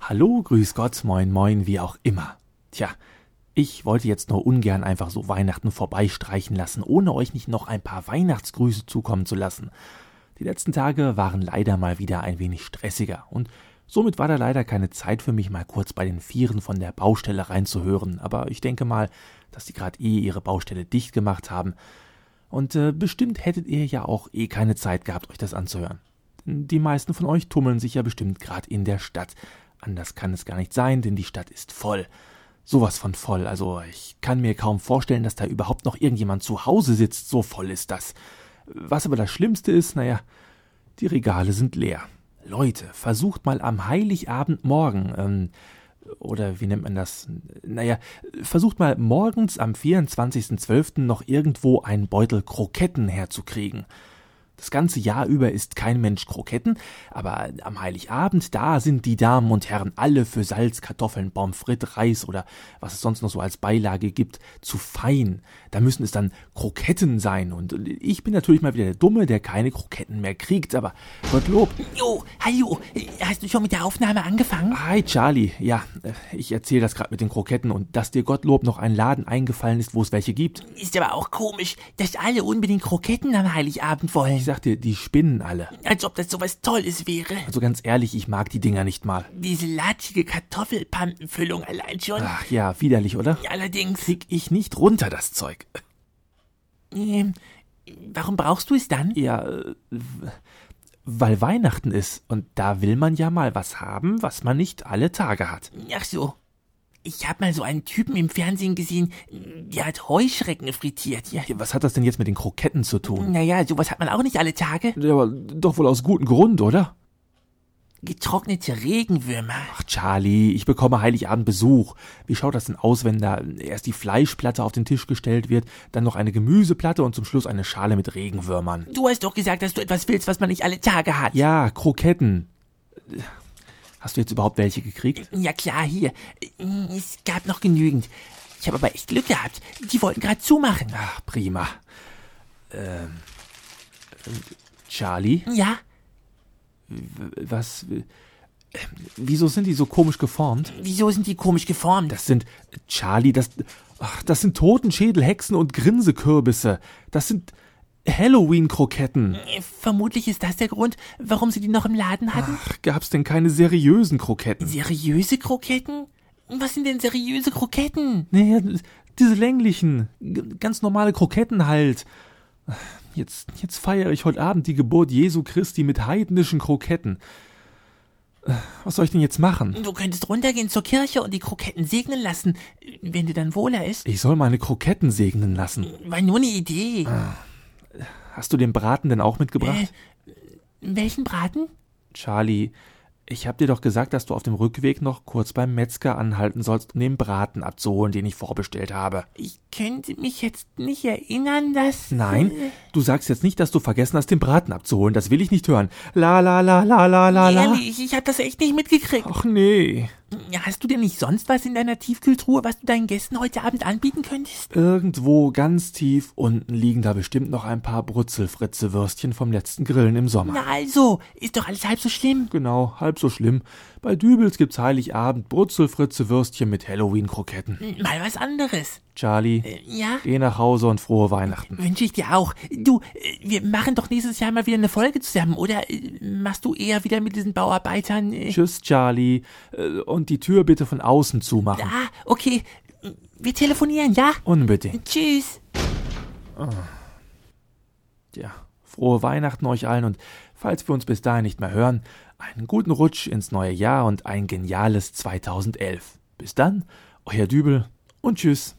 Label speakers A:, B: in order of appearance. A: Hallo, grüß Gott, moin, moin, wie auch immer. Tja, ich wollte jetzt nur ungern einfach so Weihnachten vorbeistreichen lassen, ohne euch nicht noch ein paar Weihnachtsgrüße zukommen zu lassen. Die letzten Tage waren leider mal wieder ein wenig stressiger und somit war da leider keine Zeit für mich, mal kurz bei den Vieren von der Baustelle reinzuhören, aber ich denke mal, dass die gerade eh ihre Baustelle dicht gemacht haben. Und äh, bestimmt hättet ihr ja auch eh keine Zeit gehabt, euch das anzuhören. Die meisten von euch tummeln sich ja bestimmt gerade in der Stadt. Anders kann es gar nicht sein, denn die Stadt ist voll. Sowas von voll. Also ich kann mir kaum vorstellen, dass da überhaupt noch irgendjemand zu Hause sitzt. So voll ist das. Was aber das Schlimmste ist, naja, die Regale sind leer. Leute, versucht mal am Heiligabendmorgen, ähm, oder wie nennt man das? Naja, versucht mal morgens am 24.12. noch irgendwo einen Beutel Kroketten herzukriegen. Das ganze Jahr über isst kein Mensch Kroketten, aber am Heiligabend, da sind die Damen und Herren alle für Salz, Kartoffeln, Pommes frites, Reis oder was es sonst noch so als Beilage gibt, zu fein. Da müssen es dann Kroketten sein und ich bin natürlich mal wieder der Dumme, der keine Kroketten mehr kriegt, aber Gottlob.
B: Jo, hallo, hast du schon mit der Aufnahme angefangen?
A: Hi Charlie, ja, äh, ich erzähle das gerade mit den Kroketten und dass dir Gottlob noch ein Laden eingefallen ist, wo es welche gibt.
B: Ist aber auch komisch, dass alle unbedingt Kroketten am Heiligabend wollen.
A: Ich sag dir, die spinnen alle.
B: Als ob das sowas Tolles wäre.
A: Also ganz ehrlich, ich mag die Dinger nicht mal.
B: Diese latschige Kartoffelpampenfüllung allein schon.
A: Ach ja, widerlich, oder?
B: Allerdings.
A: Krieg ich nicht runter, das Zeug.
B: Ähm, warum brauchst du es dann?
A: Ja, äh, weil Weihnachten ist und da will man ja mal was haben, was man nicht alle Tage hat.
B: Ach so. Ich hab mal so einen Typen im Fernsehen gesehen, der hat Heuschrecken frittiert. Ja.
A: Was hat das denn jetzt mit den Kroketten zu tun?
B: Naja, sowas hat man auch nicht alle Tage.
A: Ja, aber doch wohl aus gutem Grund, oder?
B: Getrocknete Regenwürmer.
A: Ach, Charlie, ich bekomme Heiligabend Besuch. Wie schaut das denn aus, wenn da erst die Fleischplatte auf den Tisch gestellt wird, dann noch eine Gemüseplatte und zum Schluss eine Schale mit Regenwürmern?
B: Du hast doch gesagt, dass du etwas willst, was man nicht alle Tage hat.
A: Ja, Kroketten. Hast du jetzt überhaupt welche gekriegt?
B: Ja klar, hier. Es gab noch genügend. Ich habe aber echt Glück gehabt. Die wollten gerade zumachen.
A: Ach, prima. Ähm. Charlie?
B: Ja?
A: Was? ähm, Wieso sind die so komisch geformt?
B: Wieso sind die komisch geformt?
A: Das sind. Charlie, das. Ach, das sind Totenschädel, Hexen und Grinsekürbisse. Das sind. Halloween-Kroketten.
B: Äh, Vermutlich ist das der Grund, warum sie die noch im Laden hatten.
A: Ach, gab's denn keine seriösen Kroketten?
B: Seriöse Kroketten? Was sind denn seriöse Kroketten?
A: Naja, diese länglichen, ganz normale Kroketten halt. Jetzt, jetzt feiere ich heute Abend die Geburt Jesu Christi mit heidnischen Kroketten. Äh, Was soll ich denn jetzt machen?
B: Du könntest runtergehen zur Kirche und die Kroketten segnen lassen, wenn dir dann wohler ist.
A: Ich soll meine Kroketten segnen lassen.
B: War nur eine Idee. Ah.
A: Hast du den Braten denn auch mitgebracht?
B: Äh, welchen Braten?
A: Charlie, ich hab dir doch gesagt, dass du auf dem Rückweg noch kurz beim Metzger anhalten sollst, um den Braten abzuholen, den ich vorbestellt habe.
B: Ich könnte mich jetzt nicht erinnern, dass.
A: Nein,
B: Äh.
A: du sagst jetzt nicht, dass du vergessen hast, den Braten abzuholen. Das will ich nicht hören. La la la la la la la.
B: Äh, Ehrlich, ich hab das echt nicht mitgekriegt.
A: Ach nee.
B: Hast du denn nicht sonst was in deiner Tiefkühltruhe, was du deinen Gästen heute Abend anbieten könntest?
A: Irgendwo ganz tief unten liegen da bestimmt noch ein paar Brutzelfritze-Würstchen vom letzten Grillen im Sommer.
B: Na also, ist doch alles halb so schlimm.
A: Genau, halb so schlimm. Bei Dübels gibt's Heiligabend Brutzelfritze-Würstchen mit Halloween-Kroketten.
B: Mal was anderes.
A: Charlie,
B: ja?
A: geh nach Hause und frohe Weihnachten.
B: Wünsche ich dir auch. Du, äh, wir machen doch nächstes Jahr mal wieder eine Folge zusammen, oder? äh, Machst du eher wieder mit diesen Bauarbeitern? äh,
A: Tschüss, Charlie. Äh, Und die Tür bitte von außen zumachen.
B: Ah, okay. Wir telefonieren, ja?
A: Unbedingt.
B: Tschüss.
A: Ja, frohe Weihnachten euch allen und falls wir uns bis dahin nicht mehr hören, einen guten Rutsch ins neue Jahr und ein geniales 2011. Bis dann, euer Dübel und tschüss.